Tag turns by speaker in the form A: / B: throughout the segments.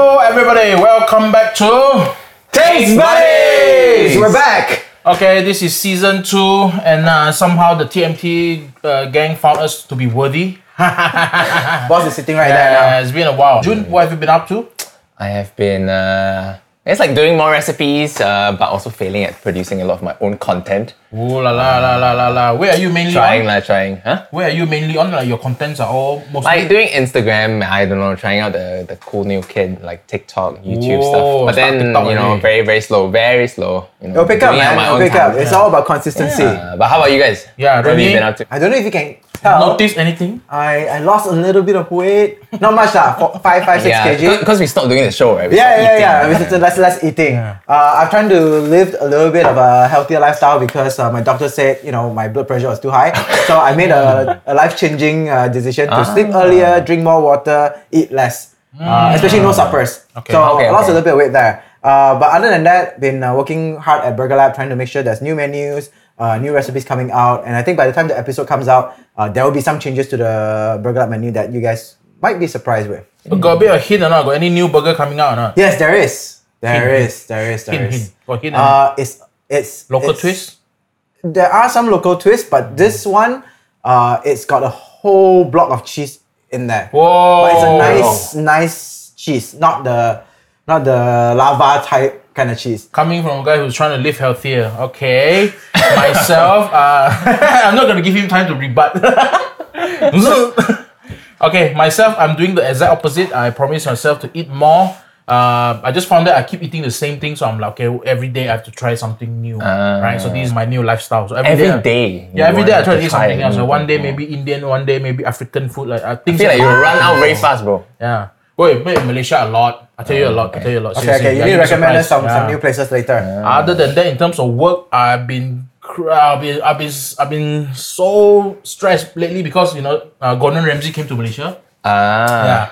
A: everybody, welcome back to
B: Taste
A: Buddies!
B: We're back.
A: Okay, this is season two, and uh, somehow the TMT uh, gang found us to be worthy.
B: Boss is sitting right there now.
A: Uh, it's been a while. June, what have you been up to?
C: I have been, uh, it's like doing more recipes, uh, but also failing at producing a lot of my own content.
A: Ooh la la la la la la. Where are you mainly
C: Trying,
A: on?
C: lah, trying. Huh?
A: Where are you mainly on? Like your contents are all mostly.
C: Like doing Instagram, I don't know, trying out the, the cool new kid, like TikTok, YouTube
A: Whoa,
C: stuff. But
A: start
C: then,
A: TikTok
C: you know,
A: already.
C: very, very slow, very slow. You know,
B: It'll pick up,
C: doing it on
B: man.
C: my
B: It'll
C: own
B: pick up.
C: time.
B: It's all about consistency.
C: Uh, but how about you guys?
A: Yeah,
C: what have
A: Ronnie.
C: you been up to?
B: I don't know if you can tell.
A: Notice anything?
B: I, I lost a little bit of weight. Not much, lah. Four- Five, five, six kg.
C: because we stopped doing the show, right? We
B: Yeah,
C: stopped
B: yeah,
C: eating.
B: yeah. It's- it's less, less eating. Uh, I'm trying to live a little bit of a healthier lifestyle because uh, my doctor said, you know, my blood pressure was too high. So I made a, a life-changing uh, decision to sleep
C: Ah.
B: earlier, drink more water, eat less, uh, especially no suppers.
A: Okay.
B: So
C: Hmm. Okay,
B: I lost
C: okay.
B: a little bit of weight there. Uh, but other than that, been uh, working hard at Burger Lab, trying to make sure there's new menus, uh, new recipes coming out. And I think by the time the episode comes out, uh, there will be some changes to the Burger Lab menu that you guys might be surprised with.
A: Got a bit of hint or not? Got any new burger coming out or not?
B: Yes, there is. There
A: Hint,
B: is. There is. There
A: Hint,
B: is.
A: hint. Got hint. or not?
B: Uh, it's it's
A: Local
B: it's-
A: twist. Hmm.
B: There are some local twists, but this one, uh, it's got a whole block of cheese in there.
A: Whoa!
B: But it's a nice, nice cheese, not the, not the lava type kind of cheese.
A: coming from a guy who's trying to live healthier. Okay, myself, uh, I'm not gonna give him time to rebut. okay, myself, I'm doing the exact opposite. I promised myself to eat more. Uh, I just found that I keep eating the same thing, so I'm like, okay, every day I have to try something new, right? So this is my new lifestyle. So
C: Every
A: day I-
C: day.
A: yeah, every
C: you
A: day I
C: want
A: try to eat something
C: and
A: else. So
C: you
A: one day
C: want more.
A: maybe Indian, one day maybe African food. Like I think
C: I feel like you run out very fast, bro.
A: yeah. Wait, wait, Malaysia a lot. I tell you a lot. I tell you a lot.
B: Okay, okay. You need to recommend us some, some new
A: places.
B: places later.
C: Ah.
A: Other than that, in terms of work, I've been cr- I've been I've been, I've been so stressed lately because you know uh, Gordon Ramsay came to Malaysia.
C: Ah.
A: Yeah,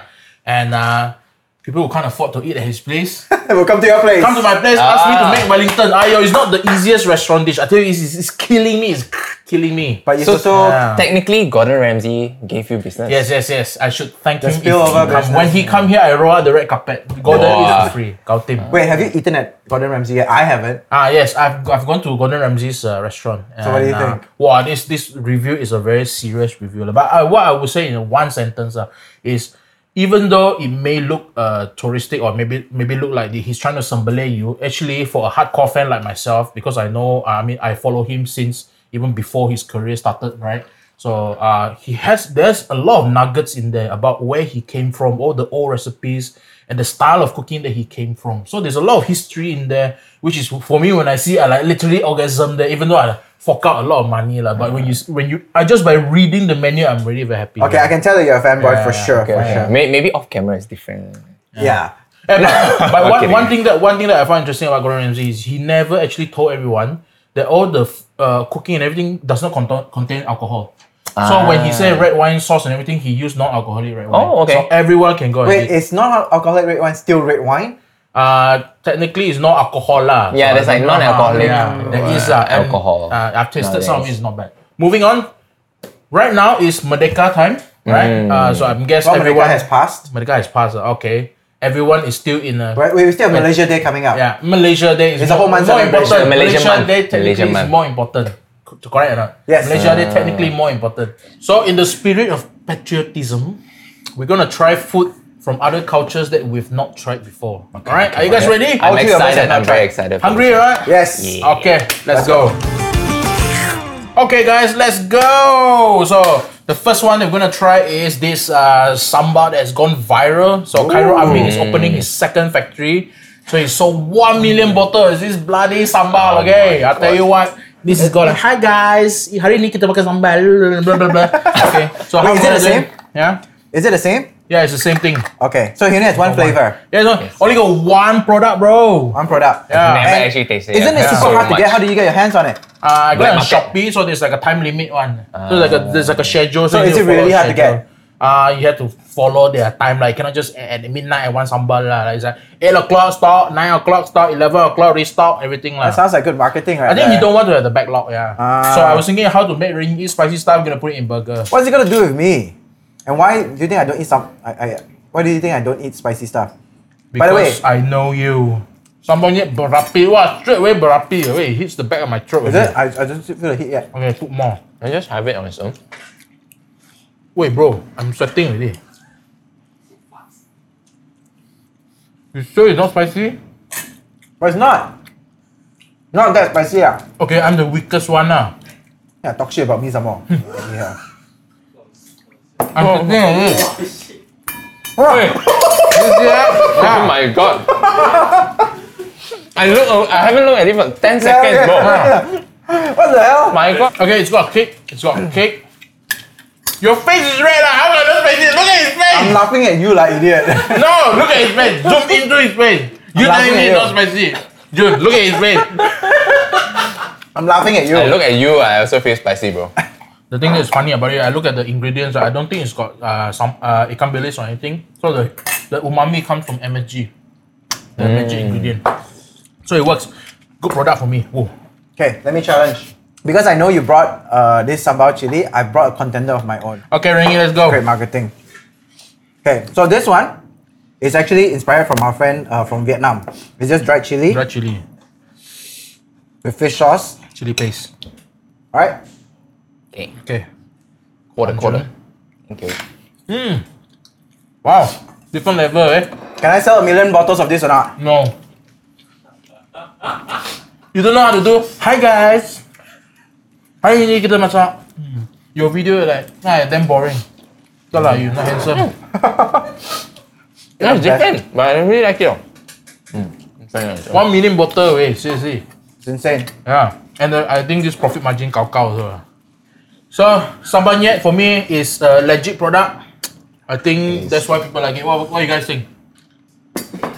A: and uh, people who can't afford to eat at his place
B: we'll come to your place.
A: come to my place, ask me to
C: Ah.
A: make Wellington. Ayo, it's not the easiest restaurant dish. I tell you, it's, it's, it's killing me. It's killing me.
B: but you
C: So-
B: so, also
A: Yeah.
C: Technically, Gordon Ramsay gave you business.
A: Yes, yes, yes. I should thank him. if he
B: spillover
A: come.
B: business.
A: When he come here, I roll out the red carpet. Gordon
C: Wow. Ah.
A: is for free. Gao Tim.
B: wait. Have you eaten at Gordon Ramsay yet? I haven't.
A: Ah yes, I've I've gone to Gordon Ramsay's uh, restaurant. So
B: what do you think?
A: wow, this this review is a very serious review. lah. But uh, what I would say in one sentence uh, is, even though it may look uh, touristic or maybe maybe look like the- he's trying to sambale you, actually for a hardcore fan like myself, because I know I mean I follow him since even before his career started, right? So uh, he has there's a lot of nuggets in there about where he came from, all the old recipes and the style of cooking that he came from. So there's a lot of history in there, which is for me when I see I like literally orgasm there, even though I fork out a lot of money lah. But when you when you I just by reading the menu, I'm really very happy.
B: Okay, I can tell that you're a fanboy for sure.
C: Okay,
B: for
C: okay.
B: sure.
C: May- Maybe off camera is different.
B: Yeah.
A: Eh, but but one,
C: kidding.
A: one thing that one thing that I find interesting about Gordon Ramsay is he never actually told everyone that all the f- uh, cooking and everything does not contain, contain alcohol. So when he said red wine sauce and everything, he used non-alcoholic red wine.
C: Ah. Oh, okay.
A: So everyone can go. and
B: Wait,
A: eat.
B: it's not alcoholic red wine still red wine?
A: Uh, technically, it's not alcohol lah.
C: Yeah,
A: I
C: there's like
A: don't know how-
C: non-alcoholic,
A: Yeah, there
C: uh,
A: is uh, and,
C: alcohol
A: Uh, I've tasted some.
C: nowadays.
A: It's not bad. Moving on. Right now is Merdeka time, right?
C: Mm.
A: Uh, so I'm guessing
B: Well,
A: everyone
B: America has passed.
A: Merdeka has passed. uh, Okay, everyone is still in a
B: Right, we we still have Malaysia Day coming up.
A: yeah Malaysia Day is
B: It's a
A: more,
B: whole month
A: more
B: celebration.
A: important.
C: Malaysia month.
A: Day technically
C: Malaysia
A: is
C: month.
A: more important. Co- Correct or not?
B: Yes.
A: Malaysia Day technically more important. So in the spirit of patriotism, we're gonna try food from other cultures that we've not tried before. All right, are you guys ready?
C: I'm
B: All three of us have
C: excited.
B: now
C: I'm very excited. for
A: Hungry,
C: this.
A: right?
B: Yes.
C: Yeah.
A: Okay, let's go. Okay, guys, let's go. So the first one we're gonna try is this uh, samba that has gone viral. So Cairo Amin is opening his second factory. So he sold one million bottles. This bloody
B: Oh
A: sambal, okay? I tell you what, this is gonna. Hi guys, hari ini kita pakai sambal. Blah blah blah. okay. So how we
B: Wait, is it the
A: gonna
B: same?
A: do it? Yeah.
B: Is it the same?
A: Yeah, it's the same thing.
B: Okay, so he only has one flavor,
A: Yeah, so only got one product, bro.
B: one product.
A: Yeah.
C: Never
B: And
C: actually tasted.
B: Isn't it
C: Yeah. So
B: super hard to
C: much.
B: get? How do you get your hands on it?
A: Uh, I got it
C: Black
A: on
C: market.
A: Shopee, so there's like a time limit one. so like a, there's like a schedule. So,
B: So
A: you need
B: is it
A: follow
B: really
A: the
B: hard to
A: schedule. Uh, you have to follow their time. Like, you cannot just at, at midnight I want sambal lah. Like, it's like eight o'clock stop, nine o'clock stop, eleven o'clock restock, everything lah.
B: That sounds like good marketing, right?
A: Uh. I think he
B: there.
A: don't want to have the backlog, yeah.
B: Ah.
A: So I was thinking how to make ring eat spicy stuff. I'm gonna put it in burger.
B: What's it gonna do with me? And why do you think I don't eat some? I, I why do you think I don't eat spicy stuff? By the way-
A: Because I know you. Someone yet berapi. Wow, straight away berapi. Wait, it hits the back of my throat.
B: Is
A: already.
B: it? I, I don't feel the heat yet.
A: Okay, put more.
C: Can I just have it on its own?
A: Wait, bro, I'm sweating already. You sure it's not spicy?
B: But it's not. Not that spicy. Ah.
A: Okay, I'm the weakest one ah. now.
B: Yeah, talk shit about me some more. yeah.
A: I'm
B: Oh,
A: sweating already.
B: Right.
C: Oh my god. I look. oh, I haven't looked at it for ten
B: Yeah,
C: seconds, bro.
B: yeah, yeah. What the hell?
C: My god.
A: Okay, it's got kick. It's got kick. Your face is red. ah. How can I not face it? Look at his face.
B: I'm laughing at you like idiot.
A: No, look at his face. Zoom into his face. You
B: I'm
A: telling
B: laughing
A: me
B: at
A: it's
B: you.
A: not spicy? Dude, look at his face.
B: I'm laughing at you.
C: I look at you. I also feel spicy, bro.
A: The thing that's funny about it, I look at the ingredients. I don't think it's got uh, some uh, ikan bilis or anything. So the the umami comes from MSG, the MSG ingredient. So it works. Good product for me. Whoa.
B: Okay, let me challenge. Because I know you brought uh, this sambal chili, I brought a contender of my own.
A: Okay, Rengi, let's go.
B: Great marketing. Okay, so this one is actually inspired from our friend uh, from Vietnam. It's just dried chili
A: Red chili,
B: with fish sauce.
A: chili paste.
B: All right.
C: Okay.
A: Okay.
C: Quarter, quarter. Thank you.
A: Wow. Hmm. Different level, eh?
B: Can I sell a million bottles of this or not?
A: No. You don't know how to do. Hi guys. Hari ini kita masak. Hmm. Your video like, ah, damn boring. Dah lah, you not handsome.
C: No, it's
B: Yeah,
C: different, but I really like it. Mm. Very nice.
A: One million bottle, eh? Seriously.
B: It's insane.
A: Yeah. And uh, I think this profit margin kau kau also. lah. So sambal nyet for me is a legit product. I think
C: Yes.
A: that's why people like it. What, what you guys think?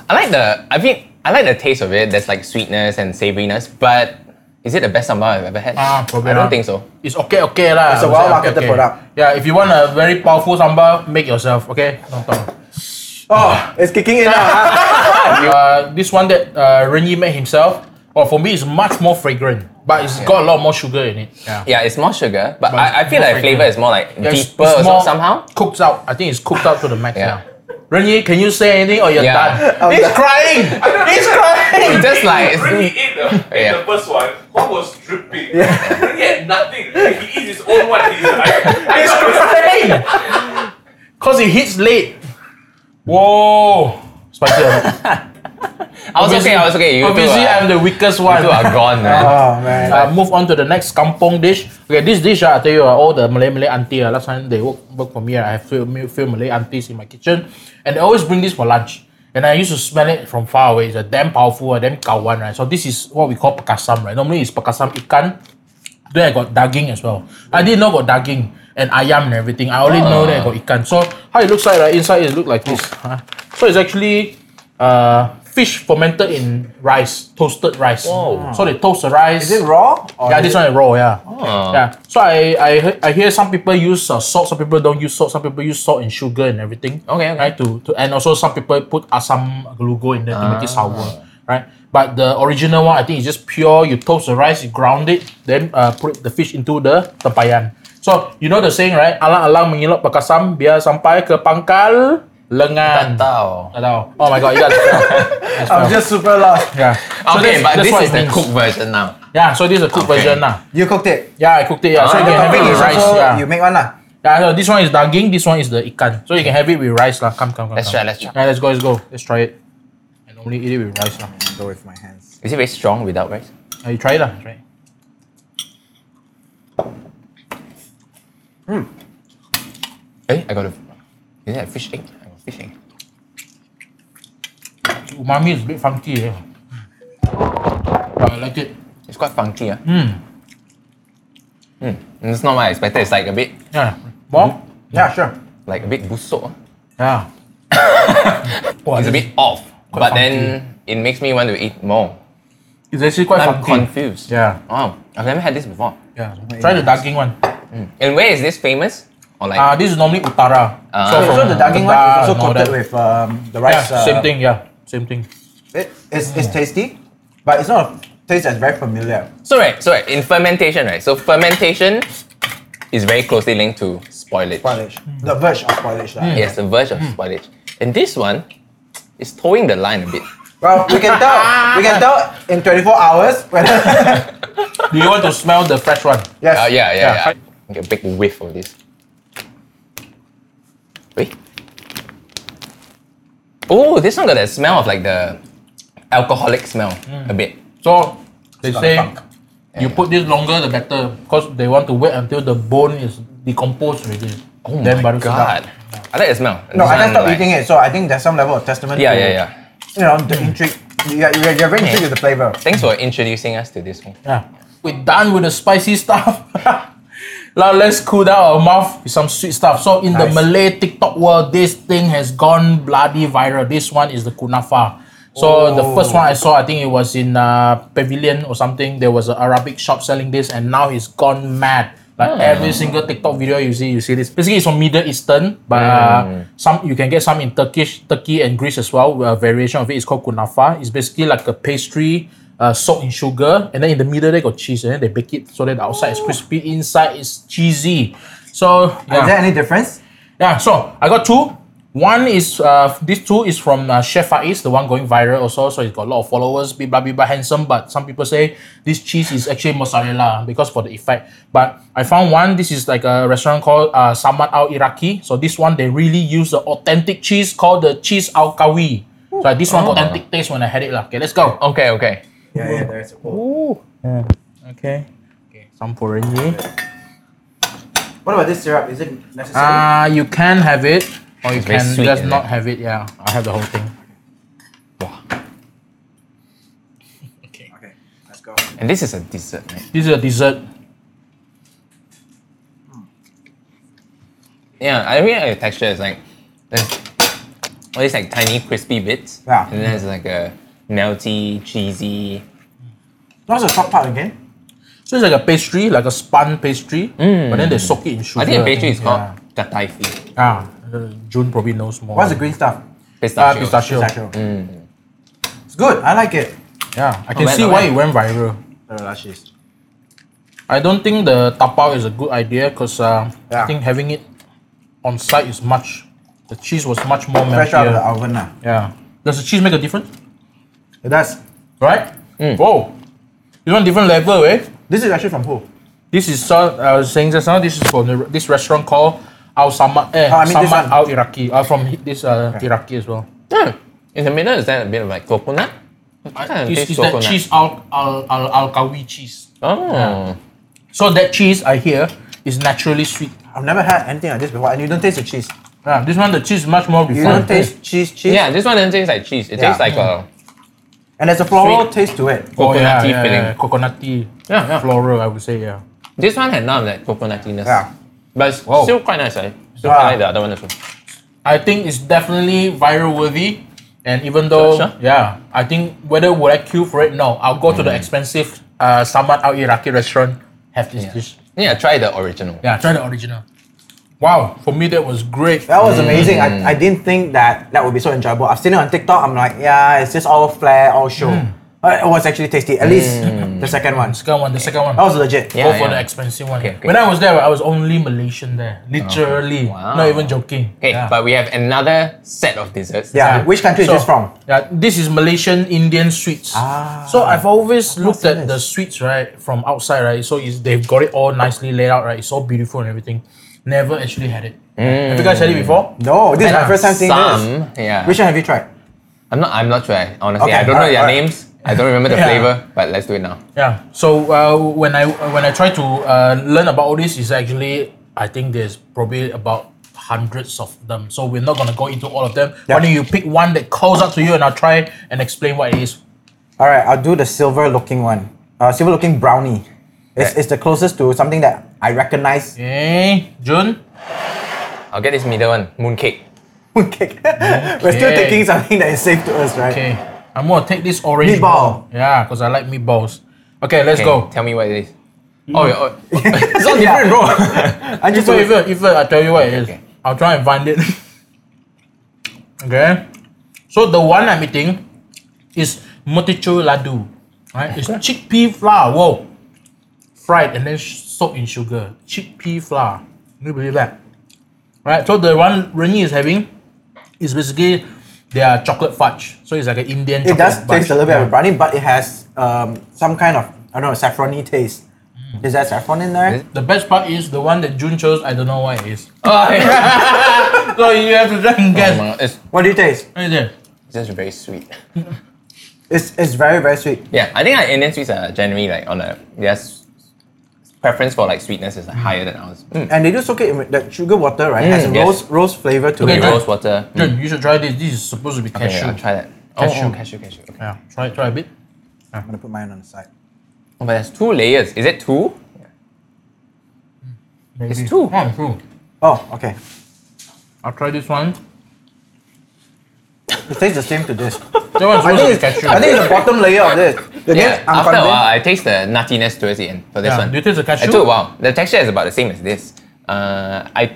C: I like the. I think I like the taste of it. There's like sweetness and savoriness, but is it the best sambal I've ever had?
A: Ah, probably
C: I don't
A: not.
C: think so.
A: It's okay, okay lah.
B: It's
A: I would
B: a
A: say
B: well-marketed product.
A: Yeah, if you want a very powerful sambal, make yourself. Okay, no problem.
B: Oh, it's kicking in now. huh?
C: Ah,
A: Uh, this one that uh, Renyi made himself, well, for me, it's much more fragrant, but it's got a lot more sugar in it. Yeah.
C: Yeah, it's more sugar,
A: But
C: but, I, I
A: it's
C: feel
A: more
C: like flavor
A: fragrant.
C: is more like
A: Yeah, it's-
C: deeper
A: it's
C: or
A: more
C: some, somehow.
A: Cooked out. I think it's cooked out to the max
C: Yeah.
A: now. Renyi, can you say anything or you're
C: Yeah.
A: done? He's
B: done.
A: crying! He's crying!
C: It's just like
D: When he
C: it's,
D: ate the, ate
C: Yeah.
D: the first one, Hong was dripping. When he had nothing, then he eats his own one. He's like, I
A: He's crying! Because it hits late. Whoa! Spicy. or not?
C: I was okay. I was okay. You two
A: Obviously,
C: are,
A: I'm the weakest one.
C: you uh, two are gone, man.
B: Oh man.
A: Uh, move on to the next kampong dish. Okay, this dish, ah, I tell you, ah, all the Malay Malay auntie, ah, last time they work, work for me, ah, I have few, few Malay aunties in my kitchen, and they always bring this for lunch. And I used to smell it from far away. It's a damn powerful, a damn kawan, right? So this is what we call pakasam, right? Normally it's pakasam ikan. Then I got daging as well. I didn't know got daging and ayam and everything. I only know that I got ikan. So how it looks like, right? Inside it look like this. huh? So it's actually uh, fish fermented in rice, toasted rice.
C: Wow.
A: So they toast the rice.
B: Is it raw? Or
A: Yeah,
B: Oh, is
A: this
B: it-
A: one is raw. Yeah,
C: Oh.
A: yeah. So I I he- I hear some people use uh, salt, some people don't use salt, some people use salt and sugar and everything.
C: Okay, okay.
A: Right to, to and also some people put asam glucose in there to make it
C: Ah.
A: sour. Right, but the original one I think is just pure. You toast the rice, you ground it, then uh, put the fish into the tempayan. So you know the saying right? Alang-alang mengilap pakai asam biar sampai ke pangkal lengan.
C: Tau.
A: Tak tahu. Oh my god, you guys.
B: I'm just super lost.
A: yeah. So
C: Okay,
A: that's-
C: but
A: that's
C: this
A: what
C: is
A: it
C: the
A: means.
C: cooked version now.
A: Yeah, so this is a cooked
C: Okay.
A: version lah.
B: You cooked it.
A: Yeah, I cooked it. Yeah, so
C: Ah.
A: you can have it
B: Topping
A: with
B: is
A: rice.
B: also-
A: yeah.
B: You make one lah.
A: yeah, no, this one is daging. This one is the ikan. So you can have it with rice lah. Come, come, come.
C: Let's
A: come.
C: try, let's try.
A: Yeah, let's go, let's go. Let's try it. I normally eat it with rice lah.
B: Go with my hands.
C: Is it very strong without rice?
A: Yeah, you try it lah. Try. it.
C: Eh, I got a. Is that a fish egg? I got fish egg.
A: The Umami is a bit funky. Eh. But I like it.
C: It's quite funky, ah. Hmm. Mm. It's not what I expected. It's like a bit,
A: Yeah. More?
C: Mm-hmm.
B: Yeah, sure.
C: like a bit busuk. ah.
A: Yeah. oh,
C: It's a bit off, but then it makes me want to eat more.
A: It's actually quite
C: I'm
A: funky.
C: confused.
A: Yeah.
C: Oh, I've never had this before. Hmm.
A: Yeah. Try the daging one.
C: And where is this famous? Or like,
A: Ah, this is normally utara.
C: Ah.
B: So,
A: from
B: Oh, so the daging one
A: Kedah
B: is also
A: and all
B: coated
A: that.
B: with um, the
A: Yeah,
B: rice. uh,
A: same thing. Yeah, same thing.
B: It, it's, it's tasty, but it's not a taste that's very familiar.
C: so right, so right, in fermentation, right? So fermentation is very closely linked to spoilage. Mm.
B: Spoilage. The verge of spoilage. lah.
A: Hmm.
C: Yes, the verge of spoilage. And this one It's towing the line a bit.
B: Well, we can tell. we can tell in 24 hours whether.
A: Do you want to smell the fresh one?
B: yes.
C: Uh,
A: Yeah,
C: yeah, yeah, yeah.
A: fine.
C: Get a big whiff of this. Wait. Oh, this one got that smell of like the alcoholic smell
A: Hmm.
C: a bit.
A: So they
B: not
A: say
B: a bunk.
A: you put this longer the better because they want to wait until the bone is decomposed already.
C: Oh
A: Then
C: my
A: baru sedap.
C: god. I like the smell.
B: No, I just stopped eating it, so I think there's some level of testament.
C: Yeah,
B: to,
C: yeah, yeah.
B: You know, the intrigue. You're, you're, you're very intrigued with the flavor.
C: Thanks for introducing us to this one.
A: Yeah. We're done with the spicy stuff. now let's cool down our mouth with some sweet stuff. So in the
B: Nice.
A: Malay TikTok world, this thing has gone bloody viral. This one is the kunafa. So the first one I saw, I think it was in uh, Pavilion or something. There was an Arabic shop selling this, and now it's gone mad. Like every single TikTok video you see, you see this. Basically, it's from Middle Eastern, but uh, some you can get some in Turkish, Turkey, and Greece as well. A variation of it is called kunafa. It's basically like a pastry uh, soaked in sugar, and then in the middle they got cheese, and then they bake it so that the outside is crispy, inside is cheesy. So
B: Is
A: yeah,
B: there any difference?
A: yeah. So I got two. One is uh, this two is from uh, Chef Faiz, the one going viral also. So he's got a lot of followers, blah blah blah, handsome. But some people say this cheese is actually mozzarella because for the effect. But I found one. This is like a restaurant called uh, Samad Al Iraqi. So this one they really use the authentic cheese called the cheese Al Kawi. So like, this one got authentic taste when I had it lah. Okay, let's go.
C: Oh. Okay, okay.
B: Yeah, yeah, there is.
A: Okay. Oh. Okay. Some porenji.
B: What about this syrup? Is it necessary?
A: Uh, you can have it, or you
C: It's very
A: can
C: sweet, eh?
A: just
C: isn't
A: not
C: it?
A: have it. Yeah, I have the whole thing.
B: okay, let's go.
C: And this is a dessert, man.
A: This is a dessert.
C: Yeah, I really like the texture. It's like there's all these like tiny crispy bits.
B: Yeah.
C: And then it's like a melty, cheesy.
B: What's the top part again?
A: So it's like a pastry, like a spun pastry, but then they soak it in sugar.
C: Mm. I think the pastry is called
A: Yeah.
C: tataifi.
A: Ah, uh, June probably knows more.
B: What's the green stuff?
A: Ah,
C: Pistachio.
A: pistachio.
B: Pistachio. It's good. I like it.
A: Yeah, I can
C: bad,
A: see
C: not
A: why
C: bad.
A: it went viral. I don't think the tapao is a good idea because uh, I
B: Yeah.
A: think having it on site is much. The cheese was much more
B: Fresh out of the
A: meltier.
B: oven now.
A: Yeah. Does the cheese make a difference?
B: It does.
A: Right?
C: Mm.
A: Whoa. It's on different level, eh?
B: This is actually from who?
A: This is so, I was saying just now. This is from the, this restaurant called Al Samad, eh,
B: Oh, I mean this
A: Samad
B: one.
A: Al Iraqi. Uh, from this uh, Iraqi as well.
C: Yeah. In the middle is that a bit of like coconut? I kinda
A: This
C: taste
A: is that
C: coconut.
A: cheese Al Al Al, al Kawi cheese.
C: Oh.
A: So that cheese I hear is naturally sweet.
B: I've never had anything like this before, and you don't taste the cheese.
A: Yeah, this one the cheese is much more
B: You
A: refined.
B: don't taste cheese, cheese,
C: Yeah, this one doesn't taste like cheese. It
B: Yeah.
C: tastes like a
B: and there's a floral
C: Sweet.
B: taste to it.
A: oh, yeah,
C: coconutty
A: yeah,
C: feeling.
A: yeah, coconutty,
C: Yeah, yeah.
A: floral. I would say yeah.
C: This one had none of that coconutiness.
B: Yeah.
C: But it's
A: Wow.
C: still quite nice, eh? Still
B: Yeah.
C: quite like the other one as well.
A: I think it's definitely viral worthy. And even though,
C: Sure, sure.
A: yeah, I think whether would I queue for it? No, I'll go to
C: Mm.
A: the expensive uh, Samad Al Iraqi restaurant. Have this dish.
C: Yeah, try the original.
A: Yeah, try the original. Wow, for me that was great.
B: That was amazing. I, I
C: Mm.
B: didn't think that that would be so enjoyable. I've seen it on TikTok. I'm like, yeah, it's just all flair, all show. But it was actually tasty. At least the second one. That
A: Second one, the second one.
B: was legit.
C: Mm. Yeah.
A: Go for the expensive one.
C: Okay, okay.
A: When I was there, I was only Malaysian there. Literally.
C: Wow.
A: Not even joking.
C: Okay,
A: Yeah.
C: but we have another set of desserts.
B: Yeah. Which country
A: So,
B: is this from?
A: Yeah, this is Malaysian Indian sweets.
B: Ah.
A: So I've always looked
B: seen
A: at the sweets right from outside, right? So it's, they've got it all nicely laid out, right? It's all beautiful and everything. Never actually had it.
C: Mm.
A: Have you guys had it before?
B: No, this is my
A: Yeah.
B: first time seeing this.
C: Some, yeah.
B: Which one have you tried?
C: I'm not. I'm not sure. I- Honestly,
B: Okay,
C: I don't know
B: alright,
C: their
B: alright.
C: names. I don't remember the
A: Yeah.
C: flavor. But let's do it now.
A: Yeah. So uh, when I when I try to uh, learn about all this, is actually I think there's probably about hundreds of them. So we're not gonna go into all of them. Why
B: Yeah.
A: don't you pick one that calls out to you, and I'll try and explain what it is.
B: All right, I'll do the silver looking one. Uh, silver looking brownie. It's,
C: Right.
B: it's the closest to something that I recognize.
A: Okay, June.
C: I'll get this middle one, mooncake.
B: Mooncake. We're still
A: Okay.
B: taking something that is safe to us, right?
A: Okay, I'm gonna take this orange
B: Meatball.
A: one. Yeah, cause I like meatballs. Okay, let's
C: Okay,
A: go.
C: Tell me what it is. Oh, yeah, oh,
B: It's all different, bro. I just
A: If if if I tell you what it is,
C: Okay.
A: I'll try and find it. okay, so the one I'm eating is motichur ladu, right? It's chickpea flour. Whoa, fried and then sh- soaked in sugar. Chickpea flour. Can you believe that? Right. So the one Rennie is having is basically They are chocolate fudge, so it's like an Indian. chocolate
B: It does
A: fudge.
B: taste a little bit of brownie, but it has um, some kind of I don't know saffrony taste. Is there saffron in there?
A: The best part is the one that June chose. I don't know what it is.
B: Oh,
A: so you have to try and guess.
C: Oh my God, It's
B: What do you taste?
A: What is it?
C: it's just very sweet.
B: It's it's very very sweet.
C: Yeah, I think like Indian sweets are generally like on a yes preference for like sweetness is like higher than ours. Mm.
B: And they do soak it in with that sugar water, right? it has
C: Mm, yes.
B: rose rose flavor to
A: Okay,
B: it.
A: try-
C: Rose water. Mm.
A: June, you should try this. This is supposed to be
C: Okay,
A: cashew.
C: I'll try that.
A: Cashew.
C: Oh, oh, cashew, cashew. Okay.
A: Yeah, try try a bit.
B: I'm gonna put mine on the side.
C: Oh, but there's two layers. Is it two?
A: Maybe.
C: It's two.
A: Oh, two.
B: Oh, okay.
A: I'll try this one.
B: It tastes the same to this.
A: That one's supposed
B: I
A: to be
B: think it's,
A: cashew.
B: I think it's the bottom layer of this. The
C: Yeah.
B: next, I'm
C: After a
B: convinced-
C: while, I taste the nuttiness towards the end for this
A: Yeah,
C: one.
A: do you taste the cashew?
C: It took a while. The texture is about the same as this. Uh, I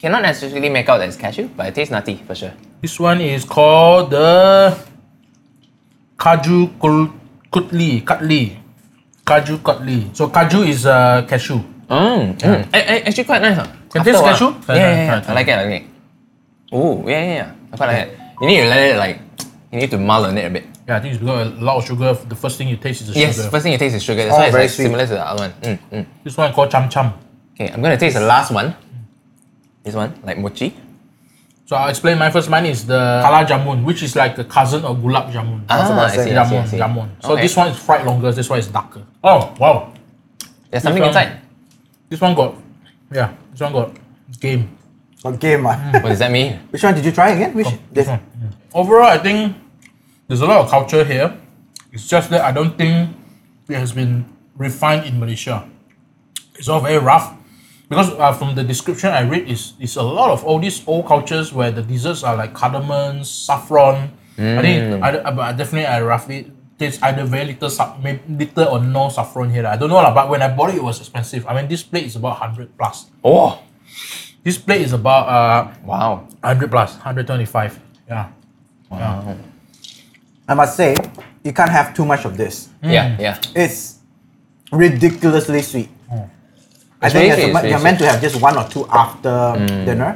C: cannot necessarily make out that it's cashew, but it tastes nutty for sure.
A: This one is called the Kaju Kul- Kutli. Kutli. Kaju Kutli. So Kaju is uh, cashew.
C: Mm. mm. A- a- actually quite nice. Huh?
A: Can
C: After
A: taste
C: a while.
A: cashew?
C: Yeah,
A: Try, try,
C: yeah, yeah.
A: try, try.
C: I like it. I like it. Oh, yeah, yeah, yeah. I quite like it. You need to let it like. You need to mull on it a bit.
A: Yeah, I think it's because a lot of sugar. The first thing you taste is the
C: Yes.
A: sugar.
C: First thing you taste is sugar. That's
B: Oh,
C: why it's
B: very
C: like
B: sweet.
C: similar to the other one. Mm, mm.
A: This one called cham cham.
C: Okay, I'm gonna taste the last one. This one, like mochi.
A: So I'll explain. My first mine is the kala jamun, which is like a cousin of gulab jamun.
B: about
C: Ah, I
B: to say.
C: see, I see, I
A: jamun,
C: see.
A: jamun. So
C: Okay.
A: this one is fried longer. This one is darker. Oh wow!
C: There's something
A: one-
C: inside.
A: This one got, yeah. This one got game.
B: Got game. ah.
C: What does that mean?
B: Which one did you try again? Which this?
A: This one. yeah. Overall, I think there's a lot of culture here. It's just that I don't think it has been refined in Malaysia. It's all very rough because uh, from the description I read, is it's a lot of all these old cultures where the desserts are like cardamom, saffron. I think I, I- but I definitely I roughly taste either very little, sa- may- little or no saffron here. lah. I don't know lah, but when I bought it, it was expensive. I mean, this plate is about hundred plus.
C: Oh,
A: This plate is about uh
C: wow.
A: 100 plus 125 yeah wow.
B: I must say, you can't have too much of this.
A: Hmm.
C: Yeah, yeah.
B: It's ridiculously sweet. I
C: It's very
B: think it's-
C: sweet, it's Mm. very
B: you're meant to have just one or two after dinner.